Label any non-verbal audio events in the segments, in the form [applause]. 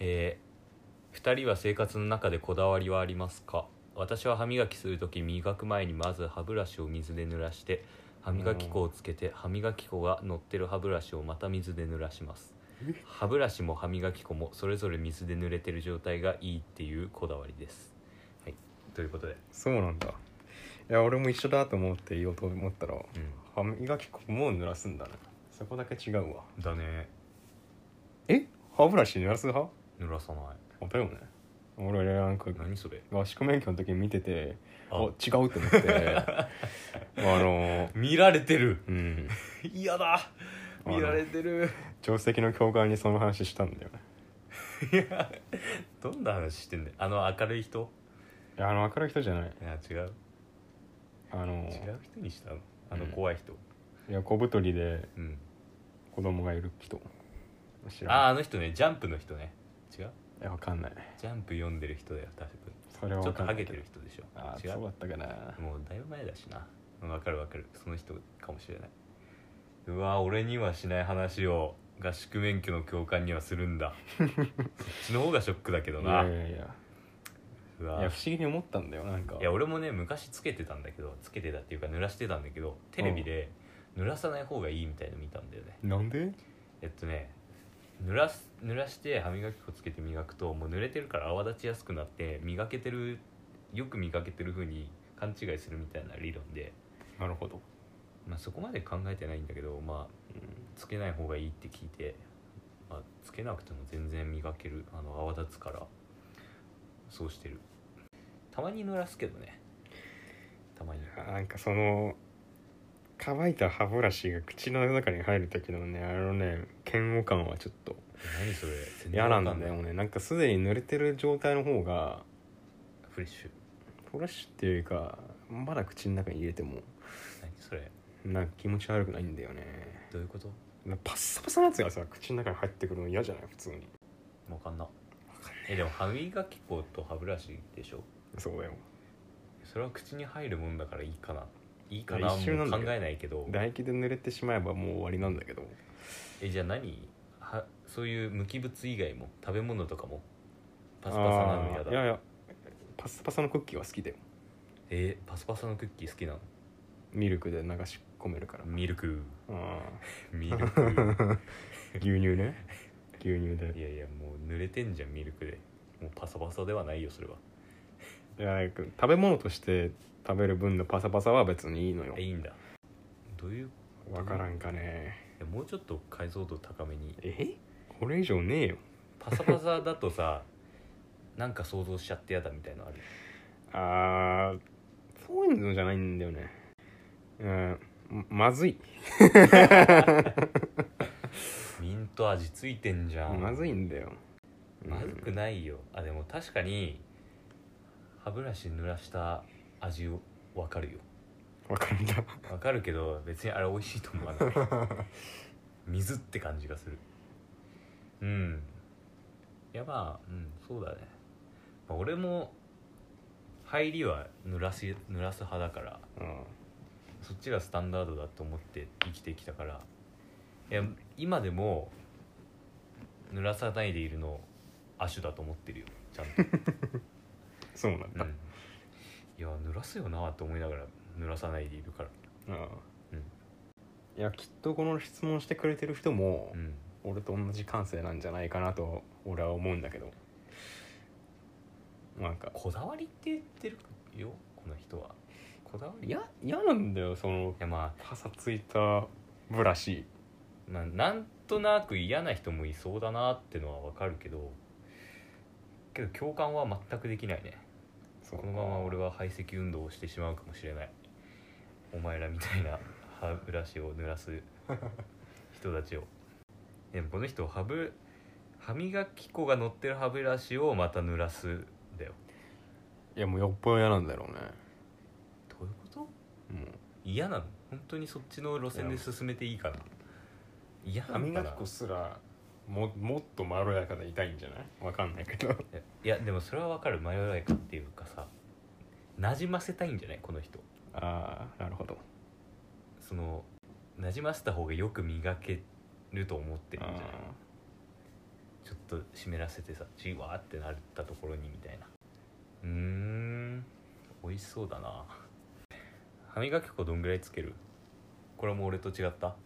えー、2人は生活の中でこだわりはありますか私は歯磨きするとき磨く前にまず歯ブラシを水で濡らして歯磨き粉をつけて歯磨き粉が乗ってる歯ブラシをまた水で濡らしますえ歯ブラシも歯磨き粉もそれぞれ水で濡れてる状態がいいっていうこだわりですはいということでそうなんだいや俺も一緒だと思って言おうと思ったらうん歯磨き粉も濡らすんだねそこだけ違うわだねえ歯ブラシ濡らす派濡らさないあだよね俺なんか何それ合宿免許の時に見ててああ違うと思って [laughs] あの [laughs] 見られてるうん嫌だの見られてる定石の教官にその話したんだよねいやどんな話してんだよあの明るい人いやあの明るい人じゃないいや違うあの違う人にしたのあのうん怖い人いや小太りでうん子供がいる人知ああらあの人ねジャンプの人ね違うないいやわかんないジャンプ読んでる人だよ確それかはにちょわっとかんハなゲいてけどる人でしょああ違そううだったかなもうだいぶ前だしなわかるわかるその人かもしれないうわ俺にはしない話を合宿免許の教官にはするん [laughs] だそっちの方がショックだけどいなやいやいやういわや不思議に思ったんだよなんかいや俺もね昔つけてたんだけどつけてたっていうか濡らしてたんだけどテレビで濡らさない方がいいみたいの見たんだよねなんでえっとね濡らす濡らして歯磨き粉つけて磨くともう濡れてるから泡立ちやすくなって磨けてるよく磨けてる風に勘違いするみたいな理論で、なるほど、まあ、そこまで考えてないんだけどまあうんつけない方がいいって聞いて、まあ、つけなくても全然磨けるあの泡立つからそうしてるたまに濡らすけどねたまになんかその乾いた歯ブラシが口の中に入る時のねあのね嫌悪感はちょっと何それ全然嫌なんだわかよねなんかすでに濡れてる状態の方がフレッシュフラッシュっていうかまだ口の中に入れても何それなんか気持ち悪くないんだよねどういうことパッサパサのやつがさ口の中に入ってくるの嫌じゃない普通にわかんなえでも歯磨き粉と歯ブラシでしょそうだよそれは口に入るもんだからいいかないいかいなやもう一瞬なんだ考けどえないけど唾液で濡れてしまえばもう終わりなんだけどえじゃあ何はそういう無機物以外も食べ物とかもパスパサなの嫌あーいやだいやパッサパサのクッキーは好きだよえパスパサのクッキー好きなのミルクで流し込めるからミルクあミルクー [laughs] 牛乳ね牛乳でいやいやもう濡れてんじゃんミルクでもうパサパサではないよそれはいやなんか食べ物として食べる分のパサパサは別にいいのよえいいんだどういうわからんかねいやもうちょっと解像度高めにえこれ以上ねえよパサパサだとさなんか想像しちゃってやだみたいのあるあーそういうのじゃないんだよねうんままずいミント味ついてんじゃんまずいんだよまずくいないよあでも確かに歯ブラシ濡らした味を分かるよわ [laughs] かるんだ分かるけど別にあれ美味しいと思わ [laughs] ない水って感じがするうんいやまあうんそうだね、まあ俺も入りは濡らし濡らす派だからうんそっちがスタンダードだと思って生きてきたからいや今でも濡らさないでいるの亜種だと思ってるよちゃんと、そうなんうだん、いや濡らすよなと思いながら濡らさないでいるからうんうんいやきっとこの質問してくれてる人もうん俺と同じ感性なんじゃないかなと俺は思うんだけどなんかこだわりって言ってるよこの人はこだわりいいや嫌なんだよそのやまパサついたブラシあ、まあ、なんとなく嫌な人もいそうだなってのはわかるけどけど共感は全くできないねそうこのまま俺は排斥運動をしてしまうかもしれないお前らみたいな歯ブラシを濡らす人たちをでもこの人歯ブ歯磨き粉が乗ってる歯ブラシをまた濡らすだよいやもうよっぽど嫌なんだろうねどういうこともう嫌なの本当にそっちの路線で進めていいかな嫌な歯のか磨なき粉すらももっとまろやかで痛いんじゃないわかんないけどいやでもそれはわかる迷わないかっていうかさなじませたいんじゃないこの人ああなるほどそのなじませた方がよく磨けると思ってるんじゃないあちょっと湿らせてさじわーってなったところにみたいなうーん美味しそうだな歯磨き粉どんぐらいつけるこれも俺と違った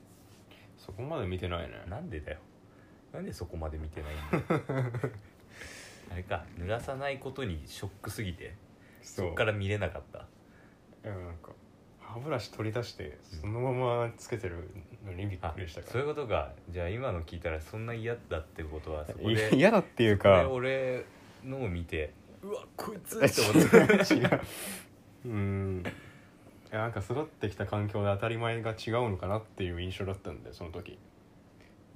そこまで見てないねなんでだよなんでそこまで見てないんだよ [laughs] あれか濡らさないことにショックすぎてそそっうから見れなかったいやなんか歯ブラシ取り出してそのままつけてるのにびっあくりしたかそういらうことかじゃあ今の聞いたらそんな嫌だってことはそこいでや嫌だっていうこれか俺のを見てうわこいつ違うって思った [laughs] 違う [laughs] うんいやなんか育ってきた環境で当たり前が違うのかなっていう印象だったんでその [laughs] 時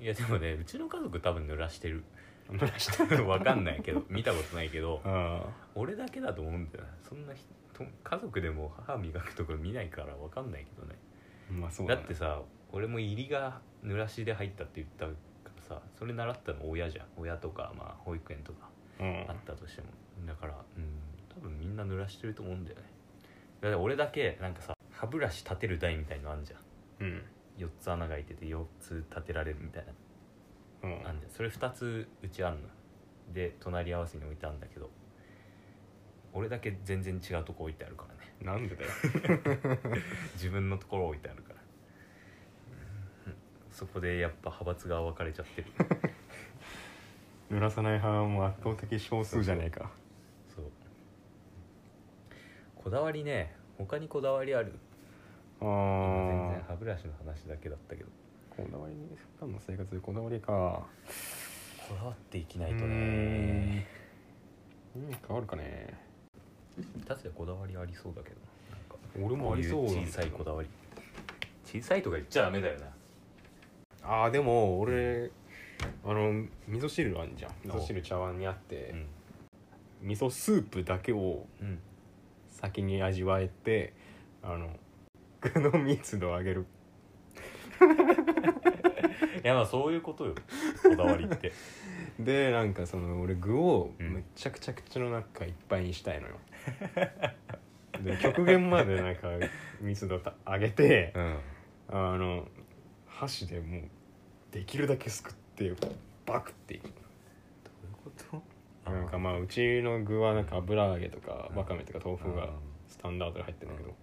いやでもねうちの家族多分濡らしてる濡らしてる [laughs] わかんないけど見たことないけどあ俺だけだと思うんだよなそんな人家族でも歯磨くところ見ないからわかんないけどねあまあそうだだ,、ってさ俺も入りが濡らしで入ったって言ったからさそれ習ったの親じゃん親とかまあ保育園とかうんあったとしてもだからうん多分みんな濡らしてると思うんだよねだって俺だけなんかさ歯ブラシ立てる台みたいのあんじゃんうん4つ穴が開いてて4つ立てられるみたいなうんあんじゃんそれ2つうちあんので隣り合わせに置いてあるんだけど俺だけ全然違うとこ置いてあるからね [laughs] なんでだよ自分のところ置いてあるからそこでやっぱ派閥が分かれちゃ [laughs] ってる濡らさない派はもう圧倒的少数じゃねえかそうこだわりね他にこだわりあるあ今全然あ歯ブラシの話だけだったけどこだわり普段の生活でこだわりかこだわっていきなないとねうん変わるかね達也こだわりありそうだけどなんか俺もありそうこなんだい小さいこだわり小さいとか言っちゃダメだよなああでも俺あの味噌汁あんじゃんお味噌汁茶碗にあってうん味噌スープだけをうん先に味わえてあの [laughs] 具の密度を上げるいやまあそういうことよこだわりってでなんかその俺具をうんむちゃくちゃ口の中いっぱいにした [laughs] いのよで極限までなんか密度た上げてうんあの箸でもうできるだけすくってバクっていくどういうことなんかまあうちの具はなんか油揚げとかうんわかめとか豆腐うがんスタンダードで入ってるんだけうど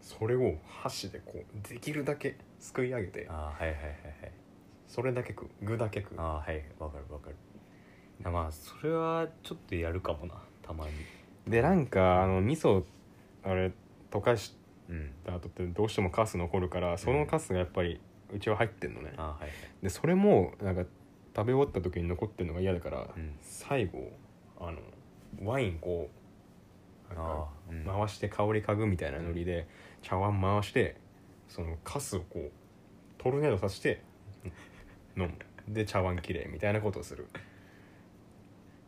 それを箸でこうできるだけすくい上げてああはいはいはいはいそれだけ食う具だけ食うああはいわかるわかるいやまあそれはちょっとやるかもなたまにでなんかあの味噌あれ溶かしうんた後ってどうしてもカス残るからそのカスがやっぱりうちは入ってんのねああはいはいでそれもなんか食べ終わった時に残ってるのが嫌だからうん最後あのワインこうなんかああ、うん、回して香り嗅ぐみたいなノリで茶碗回してそのカスをこうトルネードさせて飲むで茶碗きれいみたいなことをする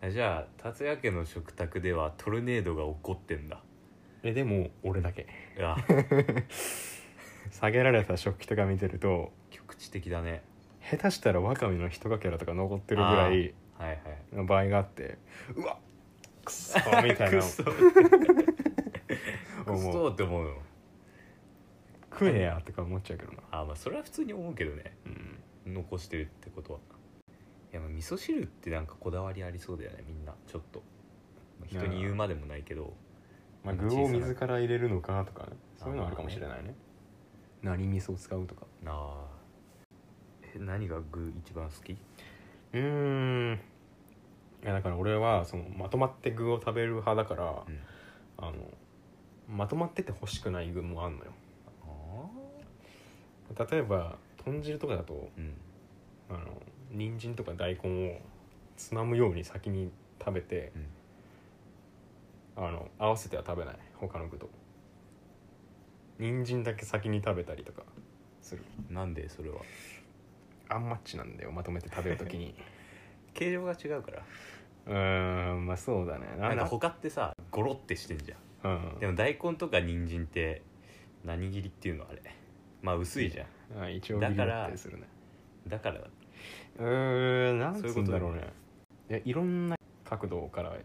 あじゃあ達也家の食卓ではトルネードが起こってんだえでも俺だけい [laughs] や下げられた食器とか見てると局地的だね下手したらワカメの一かけらとか残ってるぐらいはいはいの場合があってうわくっそみ [laughs] たいなクソク思ソうって思うの食えやとか思っちゃうけどなああまあそれは普通に思うけどねうん残してるってことはいやまあ味噌汁ってなんかこだわりありそうだよねみんなちょっとまあ人に言うまでもないけどまあ、具を水から入れるのかとかねそういうのはあるかもしれないね何味噌を使うとかなあえ何が具一番好きうーんいやだから俺はそのまとまって具を食べる派だから、うんあのまとまってて欲しくない具もあんのよああ例えば豚汁とかだとうんあの人参とか大根をつまむように先に食べて、あの合わせては食べない他の具と人参だけ先に食べたりとかするなんでそれはアンマッチなんだよまとめて食べるときに形状が違うからうーんまあそうだねなんかほ他ってさゴロってしてんじゃんうんでも大根とか人参って何切りっていうのあれまあ薄いじゃんあ一応だからビビったりするねだ [laughs] からうーんなそんういうつこうんとだだよろうねいやいろんな角度 [laughs] から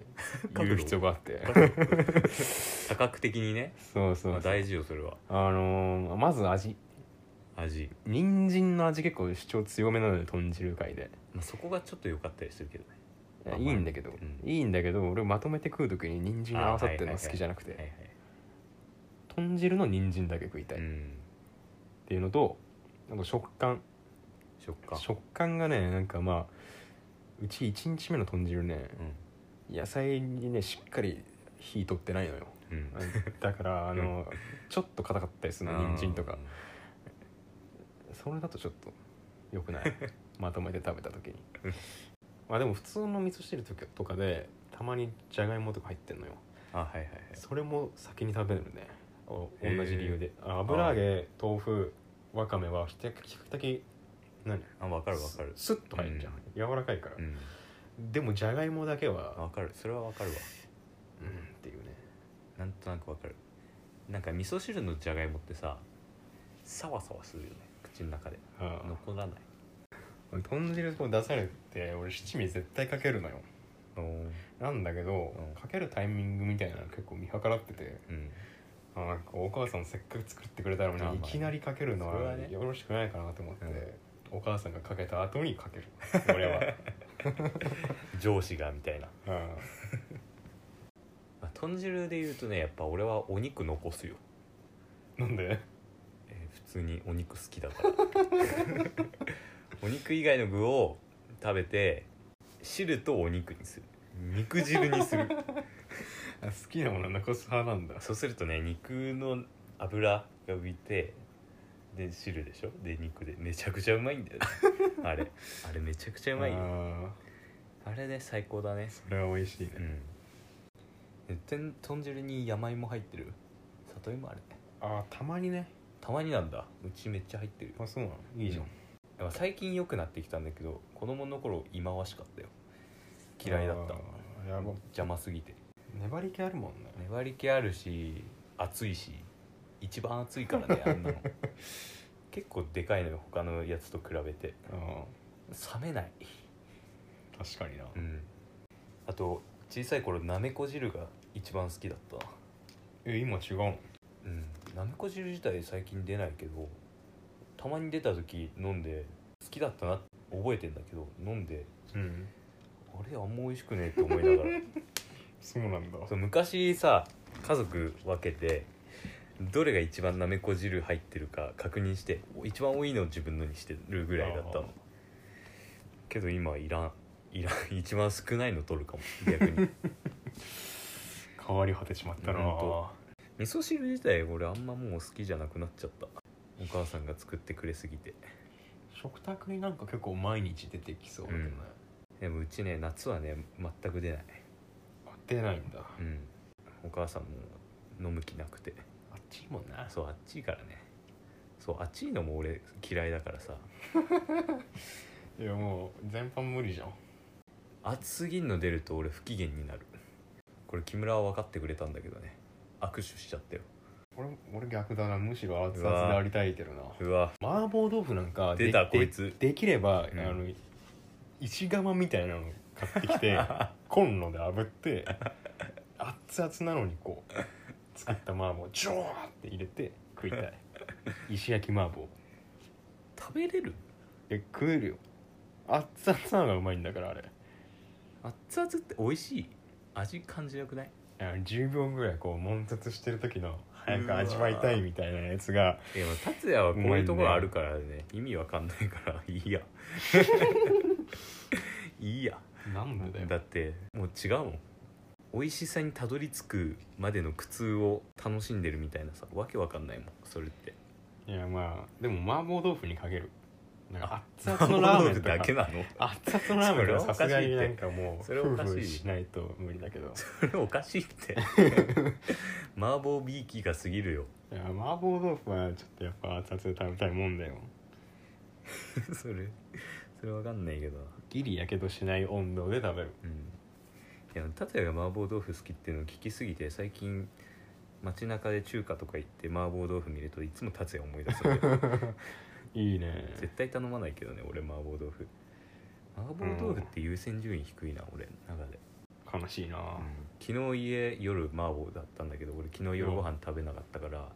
角言度う必要があって多角的にね、そうそうそうまあ、大事よそれはあのーまず味味、人参の味結構主張強めなので豚汁界でまあ、そこがちょっと良かったりするけどねいやまあいいんだけど、うんいいんだけど俺まとめて食う時に人参合わさってるのあーはいはいはい好きじゃなくて、はいはい豚汁の人参だけ食いたいっうんていうのと、あと食感食感食感がねなんかまあうち1日目の豚汁ね野菜にねしっかり火取ってないのようんうん [laughs] だからあのちょっと硬かったりするの人参とかそれだとちょっと良くない [laughs] まとめて食べた時にまあでも普通の味噌汁とかでたまにじゃがいもとか入ってんのよあはいはいはいそれも先に食べるねおへー同じ理由であ油揚げ豆腐わかめは比較的何あ分かる分かるスッと入るじゃん、柔らかいから、うんでもじゃがいもだけあは分かるそれは分かるわうんっていうねなんとなく分かるなんか味噌汁のじゃがいもってさサワサワするよね口の中でああ残らない俺豚汁こう出されて俺七味絶対かけるのよおーなんだけど、うんかけるタイミングみたいなの結構見計らっててうんあなんかお母さんせっかく作ってくれたのあまあにいきなりかけるのそれははねよろしくないかなと思って、うお母さんがかけた後にかけ [laughs] る俺は、上司がみたいな、 [laughs] うんまあ、豚汁で言うとねやっぱ俺はお肉残すよ、なんで [laughs] えー普通にお肉好きだから [laughs] お肉以外の具を食べて汁とお肉にする肉汁にするあ好きなもの残す派なんだそうするとね肉の油が浮いてで汁でしょで肉でめちゃくちゃうまいんだ [laughs] よ、ね、あれあれめちゃくちゃうまいよああれね最高だねーそれは美味しいね、うんえてん豚汁に山芋入ってる里芋あれあーたまにねたまになんだうちめっちゃ入ってるあそうなのいいじゃん、うんまあ最近良くなってきたんだけど子供の頃忌まわしかったよ嫌いだったあーやば邪魔すぎて粘り気あるもんね粘り気あるし熱いし一番熱い [laughs] からねあんなの結構でかいのよ他のやつと比べてあ冷めない、ー確かにな、うん、あと小さい頃なめこ汁が一番好きだったえ今違うのうんなめこ汁自体最近出ないけどたまに出た時飲んで好きだったなって覚えてんだけど飲んでうんあれあんま美味しくねえって思いながらそうなんだそう昔さ家族分けてどれが一番なめこ汁入ってるか確認して一番多いのを自分のにしてるぐらいだったあーのけど今いらんいらん一番少ないの取るかも逆 [laughs] に変わり果てちまったなほんと味噌汁自体俺あんまもう好きじゃなくなっちゃったお母さんが作ってくれすぎて食卓になんか結構毎日出てきそうだけどね、でもうちね夏はね全く出ない、あ出ないんだあうん、お母さんも飲む気なくてっちいいもんなそうあっちいからねそうあっちいのも俺嫌いだからさいやもう全般無理じゃん暑すぎんの出ると俺不機嫌になるこれ木村は分かってくれたんだけどね握手しちゃったよ俺俺逆だなむしろ熱々でありたいけどなうわ麻婆豆腐なんかで出たでこいつできれば、うんあの石窯みたいなの買ってき [laughs] てコンロで炙って熱々なのにこう作った麻婆ジョーって入れて食い [laughs] たい石焼き麻婆食べれるえ食えるよ熱々なのがうまいんだからあれ熱々って美味しい味感じなくないあの10秒ぐらいこう悶絶してる時の早うくわー味わいたいみたいなやつがいやまあ達也はこういうところあるからね意味わかんないから [laughs] い [laughs] いやいいやなんでだってもう違うもん美味しさにたどり着くまでの苦痛を楽しんでるみたいなさわけわかんないもんそれっていやまあでも麻婆豆腐にかけるなんか熱麻々婆豆のラーメン腐 [laughs] とだけかなの熱々のラーメンはさすがになんかもうそれお夫かしいって婦しないと無理だけどそれおかしいって麻婆ビーキが過ぎるよいや麻婆豆腐はちょっとやっぱ熱々で食べたいもんだよそれそれわかんないけどなギリやけどしない温度で食べるうんいや達也が麻婆豆腐好きっていうのを聞きすぎて最近街中で中華とか行って麻婆豆腐見るといつも達也思い出すんだよ [laughs] いいね絶対頼まないけどね俺麻婆豆腐麻婆豆腐って優先順位低いな、俺の中で、悲しいな、昨日家夜麻婆だったんだけど俺昨日夜ご飯食べなかったから、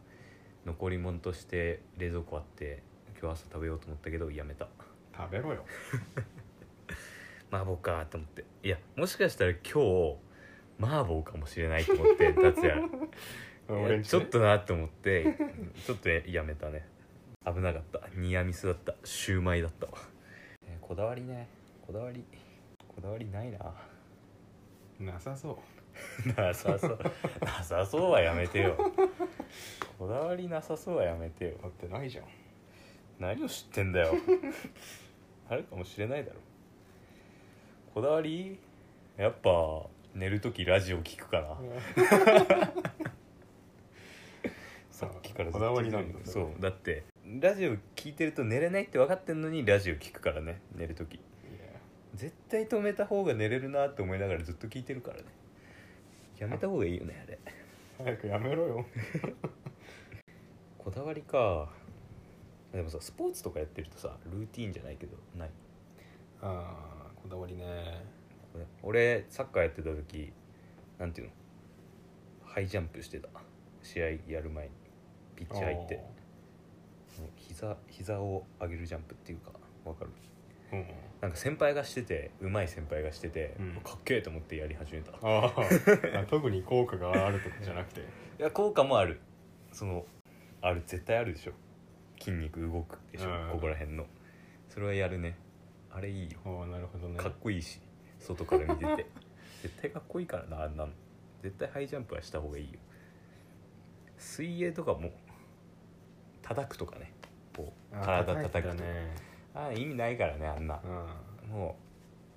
残り物として冷蔵庫あって今日朝食べようと思ったけどやめた食べろよ麻婆かと思っていやもしかしたら今日麻婆かもしれないと思って達 [laughs] 也俺んちちょねっとなと思ってちょっとやめたね危なかったニアミスだったシューマイだったわ、えーこだわりねこだわりこだわりないななさそう [laughs] なさそうなさそうはやめてよ [laughs] こだわりなさそうはやめてよだってないじゃん何を知ってんだ [laughs] よあるかもしれないだろこだわりやっぱ寝る時ラジオ聞くか [laughs] なさっきからずっとこだわりなんだそうだってラジオ聞いてると寝れないって分かってんのにラジオ聞くからね寝る時いや絶対止めた方が寝れるなって思いながらずっと聞いてるからねやめた方がいいよねあれ早くやめろよこだわりかでもさスポーツとかやってるとさルーティーンじゃないけどないあーこだわりね俺サッカーやってた時なんていうのハイジャンプしてた試合やる前にピッチ入ってもう膝膝を上げるジャンプっていうかわかるあーうんなんか先輩がしててうまい先輩がしてて、うんかっけえと思ってやり始めたいあーあ特に効果があるとかじゃなくてや効果もあるそのある絶対あるでしょ筋肉動くでしょ、うんここら辺のそれはやるねあれいいよ [laughs] ああなるほどねかっこいいし外から見てて [laughs] 絶対かっこいいからなあんなの絶対ハイジャンプはした方がいいよ水泳とかも叩くとかねこうあー体叩くいとたかねあー意味ないからねあんなうも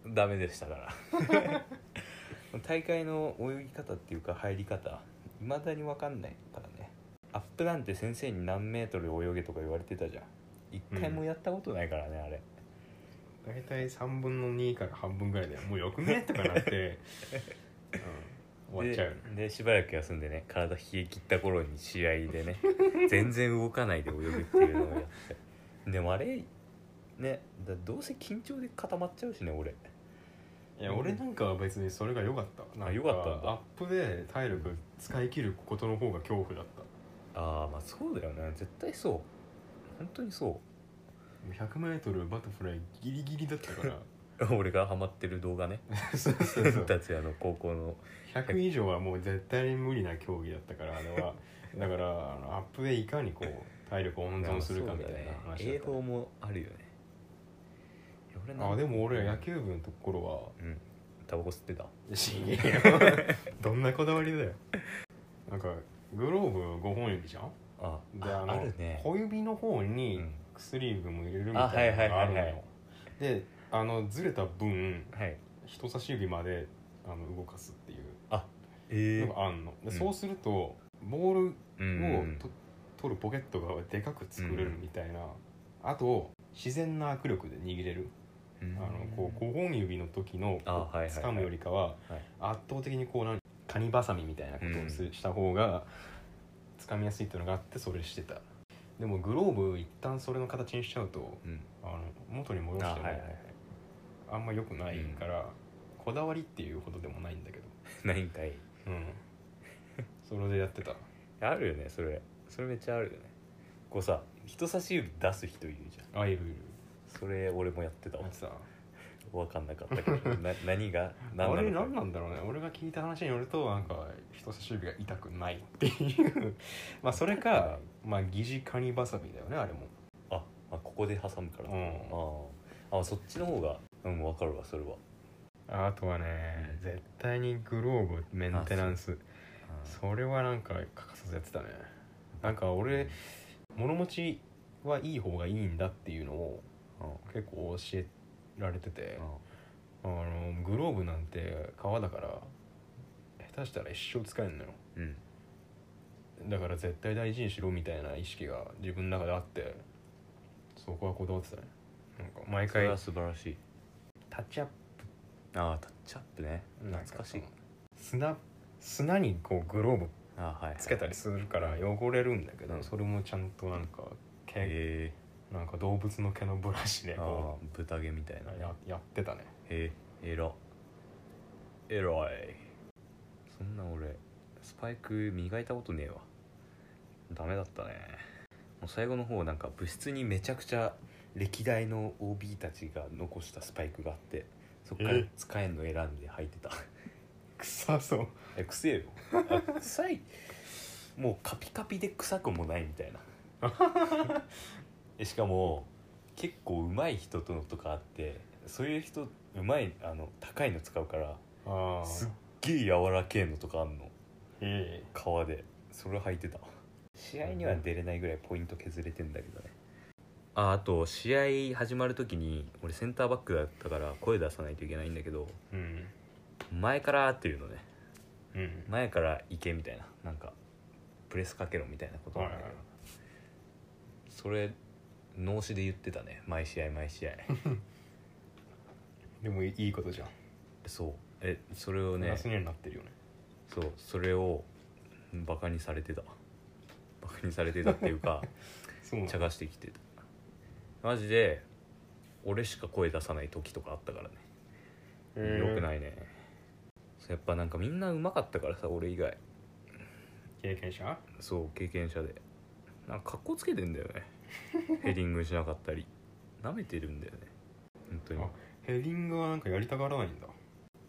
うダメでしたから [laughs] 大会の泳ぎ方っていうか入り方いまだに分かんないからねアップなんて先生に何メートル泳げとか言われてたじゃん一回もやったことないからね、あれん大体3分の2から半分ぐらいでもうよくねとかな [laughs] って、うん、終わっちゃうででしばらく休んでね体冷え切った頃に試合で [laughs] ね全然動かないで泳ぐっていうのをやってでもあれねだどうせ緊張で固まっちゃうしね俺いや俺なんかは別にそれが良かったなん良かったんだアップで体力使い切ることの方が恐怖だったああまあそうだよね絶対そう本当にそ 100m バタフライギリギリだったから [laughs] う俺がハマってる動画ねそうそうそう達也の高校の100以上はもう絶対に無理な競技だったからあれはだからあのアップでいかにこう体力を温存するかみたいな話だ英った語もあるよねいや俺なんかあでも俺は野球部のところはうんタバコ吸ってたしねえよ [laughs] どんなこだわりだよなんかグローブ5本指じゃんあであのあるね小指の方にうん薬指も入れるみたいなのがあるのよ、あはいはいはいはいであのずれた分はい人差し指まであの動かすっていうえのがあんの、うでんそうするとボールえをと取るポケットがでかく作れるみたいな、あと自然な握力で握れる、あのこう5本指の時のあはいはいはい掴むよりかははい圧倒的にこう何カニバサミみたいなことをすうんした方が掴みやすいっていうのがあってそれしてたでもグローブ一旦それの形にしちゃうとうんあの元に戻あはしていはもいはいあんま良くないから、こだわりっていうほどでもないんだけど、何回うん、それでやってたあるよねそれそれめっちゃあるよねこうさ人差し指出す人いるじゃんあいるいるそれ俺もやってたやわってた分かんなかったけど [laughs] な何があれな何のかなんだろうね俺が聞いた話によるとなんか人差し指が痛くないっていう [laughs] まあそれかまあ疑似カニバサミだよねあれもああここで挟むから、うんあーあそっちの方がうん分かるわそれはあとはね絶対にグローブメンテナンスそれはなんか欠かさずやってたねなんか俺物持ちはいい方がいいんだっていうのをうん結構教えられててうんあのグローブなんて革だから下手したら一生使えんのようんだから絶対大事にしろみたいな意識が自分の中であってそこはこだわってたねなんか毎それ回は素晴らしいタッチアッああタッチアップねプなん懐かしいその砂砂にこうグローブあーはいはいつけたりするから汚れるんだけど、うんそれもちゃんとなんか毛、えなんか動物の毛のブラシでー、あこー豚毛みたいなうややってたねええらえらいそんな俺スパイク磨いたことねえわダメだったねもう最後の方なんか部室にめちゃくちゃ歴代の OB たちが残したスパイクがあってそっからえ使えんの選んで履いてた臭そうえくせえよあ臭いもうカピカピで臭くもないみたいなえしかも結構上手い人とのとかあってそういう人上手いあの高いの使うからあすっげえ柔らけえのとかあんのえ革でそれ履いてた試合には出れないぐらいポイント削れてんだけどねああと試合始まる時に俺センターバックだったから声出さないといけないんだけどえうん前からっていうのねうん前から行けみたいななんかプレスかけろみたいなことなんだけど、はいはいはそれ脳死で言ってたね毎試合毎 [laughs] 試合でもいいことじゃんそうえそれをプねラスにはなってるよねそうそれをバカにされてたバカにされてたっていうか [laughs] そうなん茶化してきてたマジで俺しか声出さない時とかあったからね、よくないいねそうやっぱなんかみんなうまかったからさ俺以外経験者そう経験者でなんか格好つけてんだよ [laughs] ねヘディングしなかったりなめてるんだよね本当にあヘディングはなんかやりたがらないんだ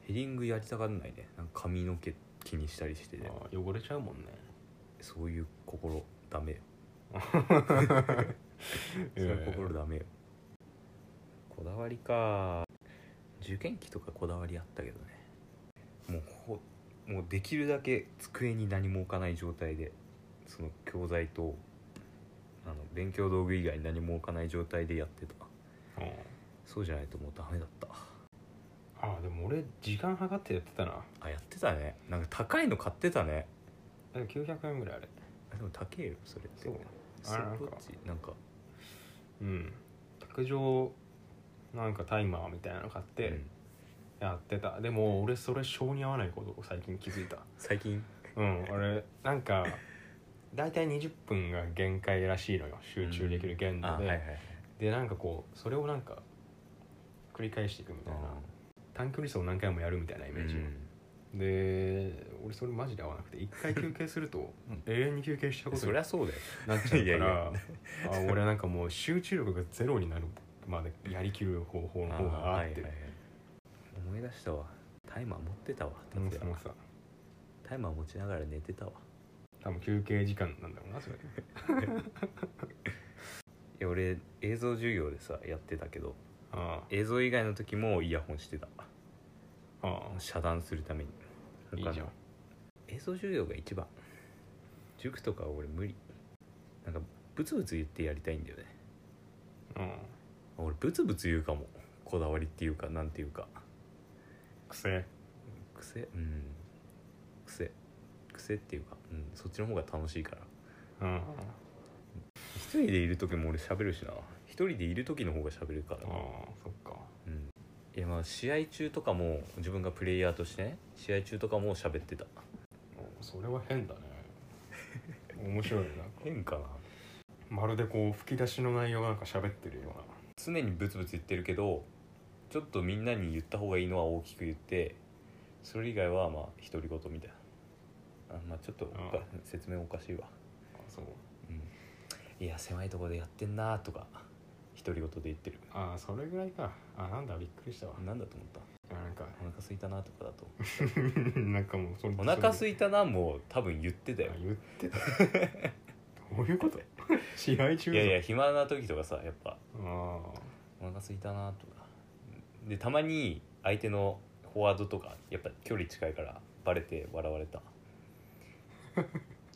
ヘディングやりたがんないねなんか髪の毛気にしたりしててあ汚れちゃうもんねそういう心ダメよそえういう心ダメよこだわりか受験期とかこだわりあったけどねもうほもうできるだけ机に何も置かない状態でその教材とあの勉強道具以外に何も置かない状態でやってたうんそうじゃないともうダメだったあでも俺時間計ってやってたなあやってたねなんか高いの買ってたねでも900円ぐらいあれあでも高えよそれってそうストップウォあッチなんかうん卓上なんかタイマーみたいなの買っうてんやってた、でも俺それ性に合わないことを最近気づ [laughs] いた最近うん俺なんか大体20分が限界らしいのよ集中できる限度で、いでなんかこうそれをなんか繰り返していくみたいな短距離走を何回もやるみたいなイメージ、で俺それマジで合わなくて一回休憩すると [laughs] うん永遠に休憩したうこん、とそにりなゃっそうだよちゃう [laughs] いやかいやらあ俺はなんかもう集中力がゼロになるまでやりきる方法の方が合ってるあーはいはいはい思い出したわタイマー持ってたわもう達さ也もうさタイマー持ちながら寝てたわ多分休憩時間なんだろうなそれいや俺映像授業でさやってたけどあ映像以外の時もイヤホンしてたああ遮断するためにあいいじゃん映像授業が一番塾とかは俺無理なんかブツブツ言ってやりたいんだよねうん俺ブツブツ言うかもこだわりっていうかなんていうか癖癖うん癖癖っていうか、うん、そっちの方が楽しいからうん一人でいる時も俺喋るしな一人でいる時の方が喋るからああそっかうんいやまあ試合中とかも自分がプレイヤーとしてね試合中とかも喋ってたおそれは [laughs] 変だね面白いねなんか変かなまるでこう吹き出しの内容がなんか喋ってるような常にブツブツ言ってるけどちょっとみんなに言った方がいいのは大きく言ってそれ以外はまあ独り言みたいなあまあちょっとおか説明おかしいわ、あそううん、いや狭いとこでやってんなとか独り言で言ってるああそれぐらいかあなんだびっくりしたわなんだと思ったあなんかお腹空いたなとかだとなん [laughs] かもうそれお腹い空いたなもう多分言ってたよあ言ってた [laughs] どういうこと試合中いだやいや暇な時とかさやっぱあお腹空いたなとかでたまに相手のフォワードとかやっぱ距離近いからバレて笑われた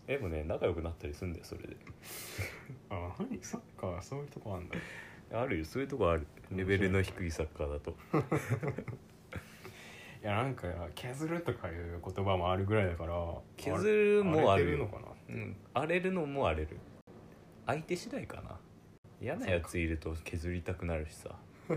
でもね仲良くなったりすんだよそれでああ何サッカーそういうとこあんだあるよそういうとこあるレベルの低いサッカーだといやなんか削るとかいう言葉もあるぐらいだから削るもある荒れてよのかなうん荒れるのも荒れる相手次第かな嫌なやついると削りたくなるしさい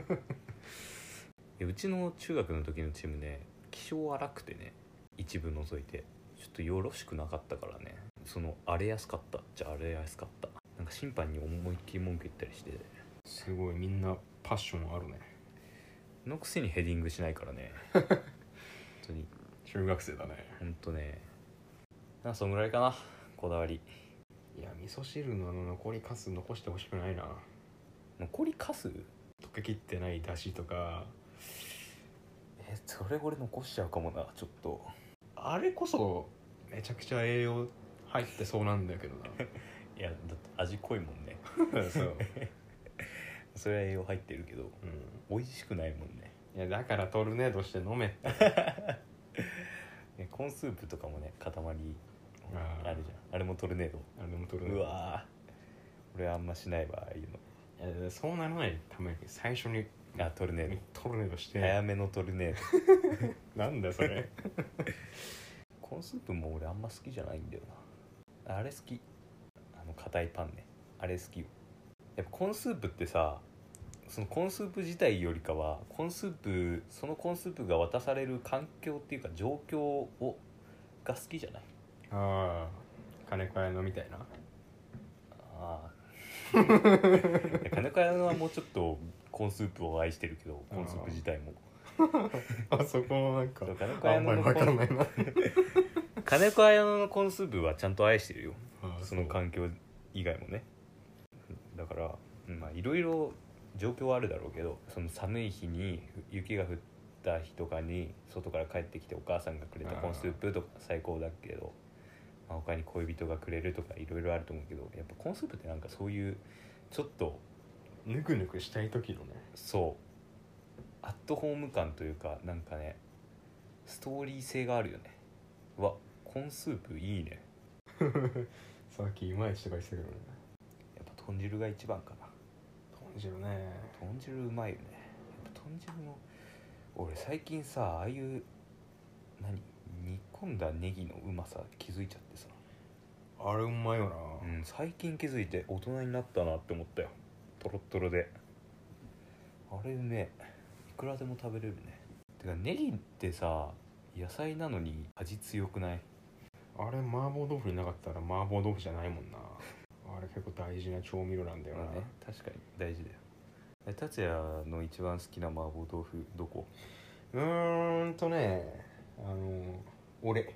やうちの中学の時のチームね気性荒くてね一部除いてちょっとよろしくなかったからねその荒れやすかったじゃあ荒れやすかったなんか審判に思いっきり文句言ったりしてすごいみんなパッションあるねのくせにヘディングしないからね本当に中学生だね本当ねなそんぐらいかなこだわりいや味噌汁のあの残りかす残してほしくないな残りかす溶けきってないだしとかえそれ俺残しちゃうかもなちょっとあれこそめちゃくちゃ栄養入ってそうなんだけどいやだって味濃いもんねな [laughs] そう、それは栄養入ってるけどう美味しくないもんねん、いやだからトルネードして飲めっていやコーンスープとかもね塊あーあるじゃんあれもトルネードあれもトルネーうドわー俺あんましないわああいういやそうならないために最初にのあトルネートルネードしド早てめのトルネードなんだよそ [laughs] れコーンスープも俺あんま好きじゃないんだよなあれ好きあの硬いパンねあれ好きよやっぱコーンスープってさそのコーンスープ自体よりかはコーンスープそのコーンスープが渡される環境っていうか状況をが好きじゃないああ金子屋のみたいなあ [laughs] あ金子屋はもうちょっとコーンスープを愛してるけどコーンスープ自体もあそこもなんかそう金子あ屋んまりのわコかんーンないな [laughs] 金子屋のコーンスープはちゃんと愛してるよその環感境以外もねだからうんまあいろいろ状況はあるだろうけどその寒い日に雪が降った日とかに外から帰ってきてお母さんがくれたコーンスープとか最高だけど、まあ、他に恋人がくれるとかいろいろあると思うけどやっぱコーンスープってなんかそういうちょっとぬくぬくしたい時のねそうアットホーム感というかなんかねストーリー性があるよねうわコーンスープいいねさっきいまいちとか言ってたけどねやっぱ豚汁が一番かな豚汁ね豚汁うまいよねやっぱ豚汁の俺最近さああいう何煮込んだネギのうまさ気づいちゃってさ、あれうまいよな、うん、最近気づいて大人になったなって思ったよトロットロであれうめえいくらでも食べれるねてかネギってさ野菜なのに味強くないあれ麻婆豆腐になかったら麻婆豆腐じゃないもんなあれ結構大事な調味料なんだよな、まあね確かに大事だよえ達也の一番好きな麻婆豆腐どこうーんとねあの俺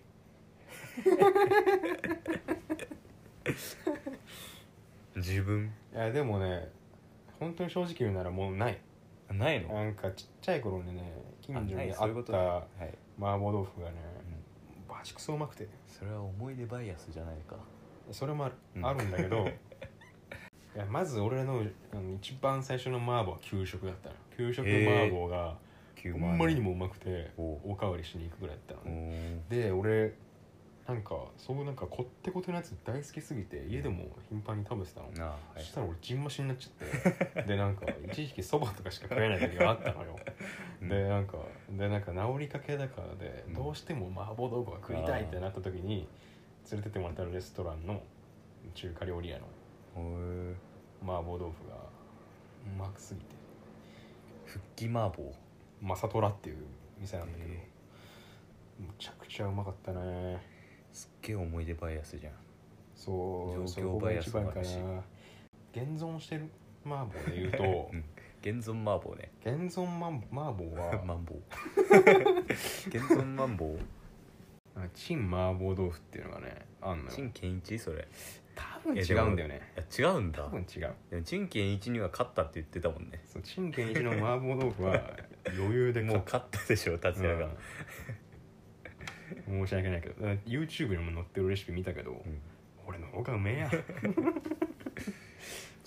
自分いやでもね本当に正直言うならもうないないのはなんかちっちゃい頃にね近所あなにいあそういうっことた麻い、婆豆腐がねうんバチクソうまくてそれは思い出バイアスじゃないかそれもある,、うんあるんだけ [laughs] どいやまず俺のあの一番最初の麻婆は給食だったの給食麻婆が9ほんまりにもうまくておおかわりしに行くぐらいだったおのねで俺なんかそういうなんかこってこてのやつ大好きすぎて家でも頻繁に食べてたの、なあそはいしたら俺ジンマシになっちゃ [laughs] ってでなんか一時期そばとかしか食えない時があったのようんでなんかでなんか治りかけだからで、うんどうしても麻婆豆腐が食いたいってなった時に連れてってもらったレストランの中華料理屋のへえ麻婆豆腐がうまくすぎて復帰麻婆マサトラっていう店なんだけど、へむちゃくちゃうまかったねすっげえ思い出バイアスじゃんそう状況バイアスもあるしそこが一番かな現存してる麻婆で言うと [laughs] うん現存麻婆ね現存麻麻婆 [laughs] はマンボウ現存マンボウなんか陳麻婆豆腐っていうのがねあんのよ陳健一それ多分違うんだよねいや違うんだ多分違うでも陳健一には勝ったって言ってたもんねそう陳建一の麻婆豆腐は余裕でもう買勝ったでしょ達う也が、うん申し訳ないけどだから YouTube にも載ってるレシピ見たけど、ん俺の方がうめえ [laughs] や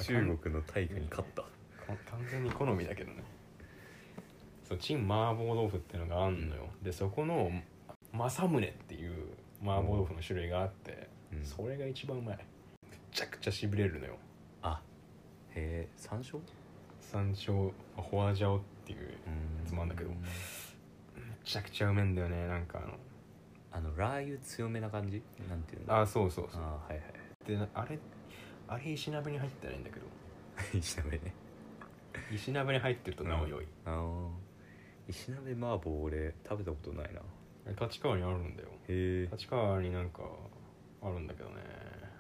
中国の大会に勝った完全に好みだけどねそう陳麻婆豆腐っていうのがあんのよでそこの政宗っていう麻婆豆腐の種類があって、うんそれが一番うまいめちゃくちゃしびれるのよあへえ山椒山椒ホアジャオっていうつまんだけどうめちゃくちゃうめえんだよねなんかあのあのラー油強めな感じなんていうのあそうそうそうあーはいはいでなあれあれ石鍋に入ってないんだけど [laughs] 石鍋ね石鍋に入ってるとなお良い、あの石鍋麻婆俺食べたことないな立川にあるんだよへえ立川になんかあるんだけどね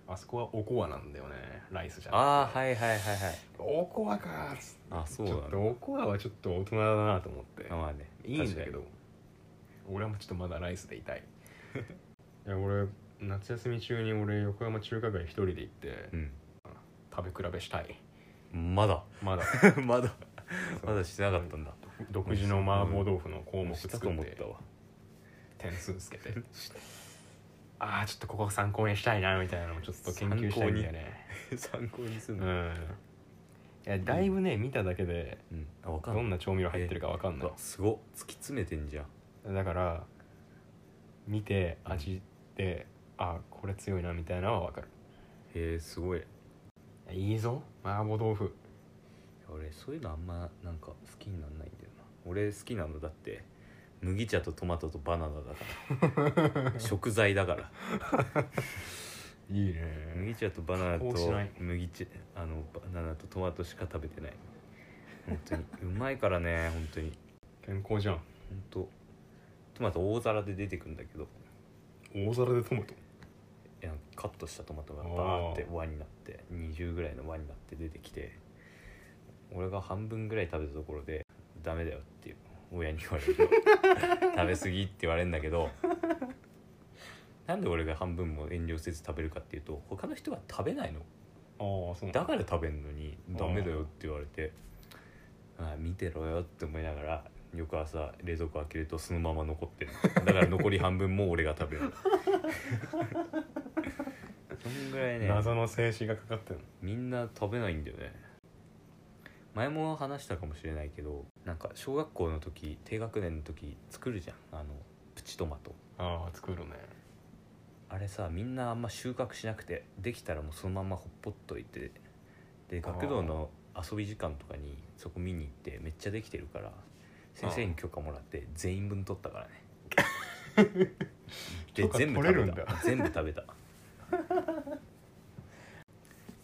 あそこはおこわなんだよねライスじゃなあくあてはいはいはいはいおこわかーっつってあそうちなょっとのおこわはちょっと大人だなと思ってあまあね [laughs] いいんだけど俺はもうちょっとまだライスでいたいいや俺夏休み中に俺横浜中華街一人で行ってう食べ比べしたいんまだまだ [laughs] まだ [laughs] まだしてなかったんだ独自の麻婆豆腐の項目し作たとっ思ってたわ点数つけてああちょっとここ参考にしたいなみたいなのをちょっと研究したいんだよね [laughs] 参考にすうるの、んいやだいぶね見ただけでうんあ分かんどないんな調味料入ってるかわかんうなわいすごっ突き詰めてんじゃんだから見て味であーこれ強いなみたいなのはわかるへえすごいいいぞ麻婆豆腐俺そういうのあんまなんか好きになんないんだよな俺好きなのだって麦茶とトマトとバナナだから [laughs] 食材だからいい麦ね茶とバナナと加工しない麦茶あのバナナとトマトしか食べてない本当にうまいからね本当に健康じゃん本当トマト大皿で出てくるんだけど大皿でトマトいやカットしたトマトがバーって輪になって20ぐらいの輪になって出てきて俺が半分ぐらい食べたところで「ダメだよ」って親に言われる [laughs] 食べ過ぎって言われるんだけどなんで俺が半分も遠慮せず食べるかっていうと他の人が食べないのああそうだから食べんのに「ダメだよ」って言われて「ああ見てろよ」って思いながら翌朝冷蔵庫開けるとそのまま残ってるだから残り半分も俺が食べるそんぐらいね謎の静止がかかってるみんな食べないんだよね前も話したかもしれないけどなんか小学校の時低学年の時作るじゃんあのプチトマトああ作るねあれさみんなあんま収穫しなくてできたらもうそのままほっぽっといてであー学童の遊び時間とかにそこ見に行ってめっちゃできてるから先生に許可もらって全員分取ったからね [laughs] で許可全部取れる食んべだた全部食 [laughs] べた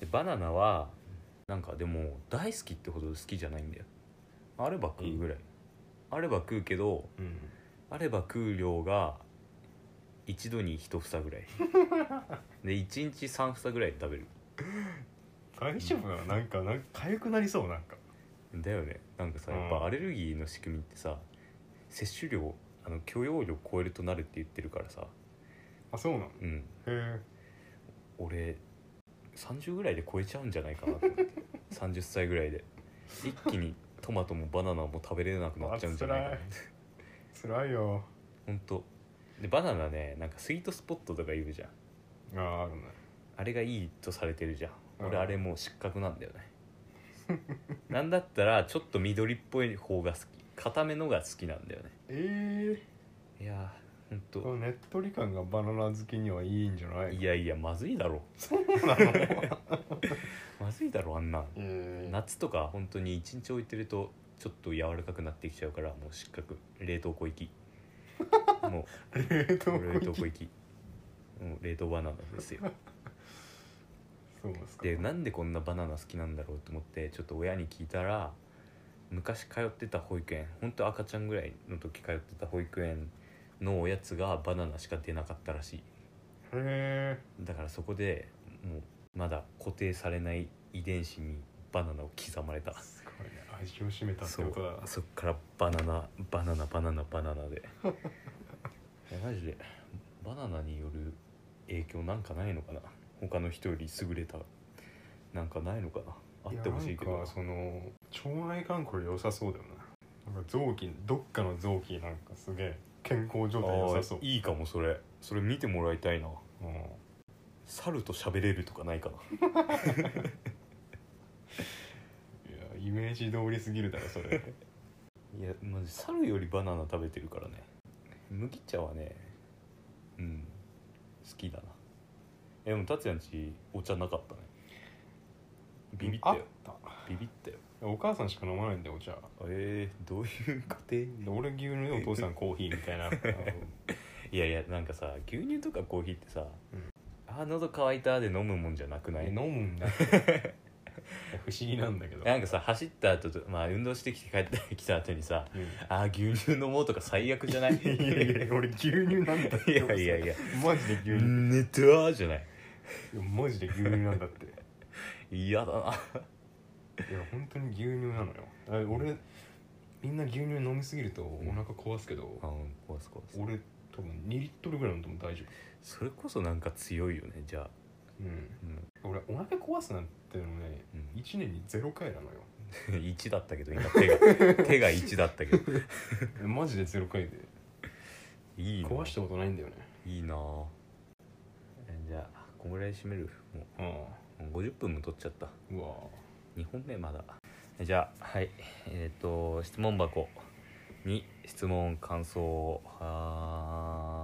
でバナナはなんかでも大好きってほど好きじゃないんだよあれば食うぐらいあれば食うけどうんあれば食う量が一度に一房ぐらいで一日三房ぐらい食べる大丈夫なのなんかなんか痒くなりそうなんかだよねなんかさうんやっぱアレルギーの仕組みってさ摂取量あの許容量超えるとなるって言ってるからさあそうなのへうんえ俺30ぐらいで超えちゃうんじゃないかなと思って [laughs] 30歳ぐらいで一気にトマトもバナナも食べれなくなっちゃうんじゃないかなあ辛いつらいよほんとでバナナねなんかスイートスポットとか言うじゃんあああるねあれがいいとされてるじゃんうん俺あれもう失格なんだよね [laughs] なんだったらちょっと緑っぽい方が好き固めのが好きなんだよねえいやーほんえとこのねっとり感がバナナ好きにはいいんじゃないいやいやまずいだろそうなのまずいだろあんなんええ夏とか本当に一日置いてるとちょっと柔らかくなってきちゃうからもう失格冷凍庫行 [laughs] きも冷凍う冷庫凍行き庫行きもう冷凍バナナですよそうですかでなんでこんなバナナ好きなんだろうと思ってちょっと親に聞いたら昔通ってた保育園ほんと赤ちゃんぐらいの時通ってた保育園のおやつがバナナしか出なかったらしいへだからそこでもうまだ固定されない遺伝子にバナナを刻まれたえすごいね味を占めたってそうことだそっからバナナバナナバナナバナ [laughs] ナでいやマジでバナナによる影響なんかないのかな他の人より優れたなんかないのかなあってほしいけやなどんかその腸内環境良さそうだよななんか臓器どっかの臓器なんかすげえ健康状態良さそうあーいいかもそれそれ見てもらいたいなうん猿と喋れるとかないかないやイメージ通りすぎるだろそれいやマジ猿よりバナナ食べてるからね麦茶はねうん好きだなえでも達也んちお茶なかったねビビったよあっビビったよたお母さんしか飲まないんだよお茶えー、どういう家で俺牛乳でお父さんコーヒーみたいなあの庭いやいやなんかさ牛乳とかコーヒーってさ、うんあー喉乾いたで飲むもんじゃなく [laughs] ないえ飲む [laughs] んだ不思議なんだけどなんかさ走った後とまあ運動してきて帰ってきた後にさうんあー牛乳飲もうとか最悪じゃないい [laughs] いやいやいや俺牛乳なんだってやいやいやマジで牛乳寝たーじゃないいやマジで牛乳なんだって嫌だないや本当に牛乳なのよあ俺みんな牛乳飲みすぎるとお腹壊すけど、うん壊す壊す俺多分2リットルぐらい飲んでも大丈夫それこそなんか強いよねじゃあ、うんうん俺お腹壊すなんてのねうん、 1年に0回なのよ [laughs] 1だったけど今手が手が1だったけどマジで0回でいいな壊したことないんだよねいいなえじゃあこんぐらいで締めるもううもう50分も取っちゃったんうわ2本目まだじゃあはいえっ、と質問箱に質問感想をあー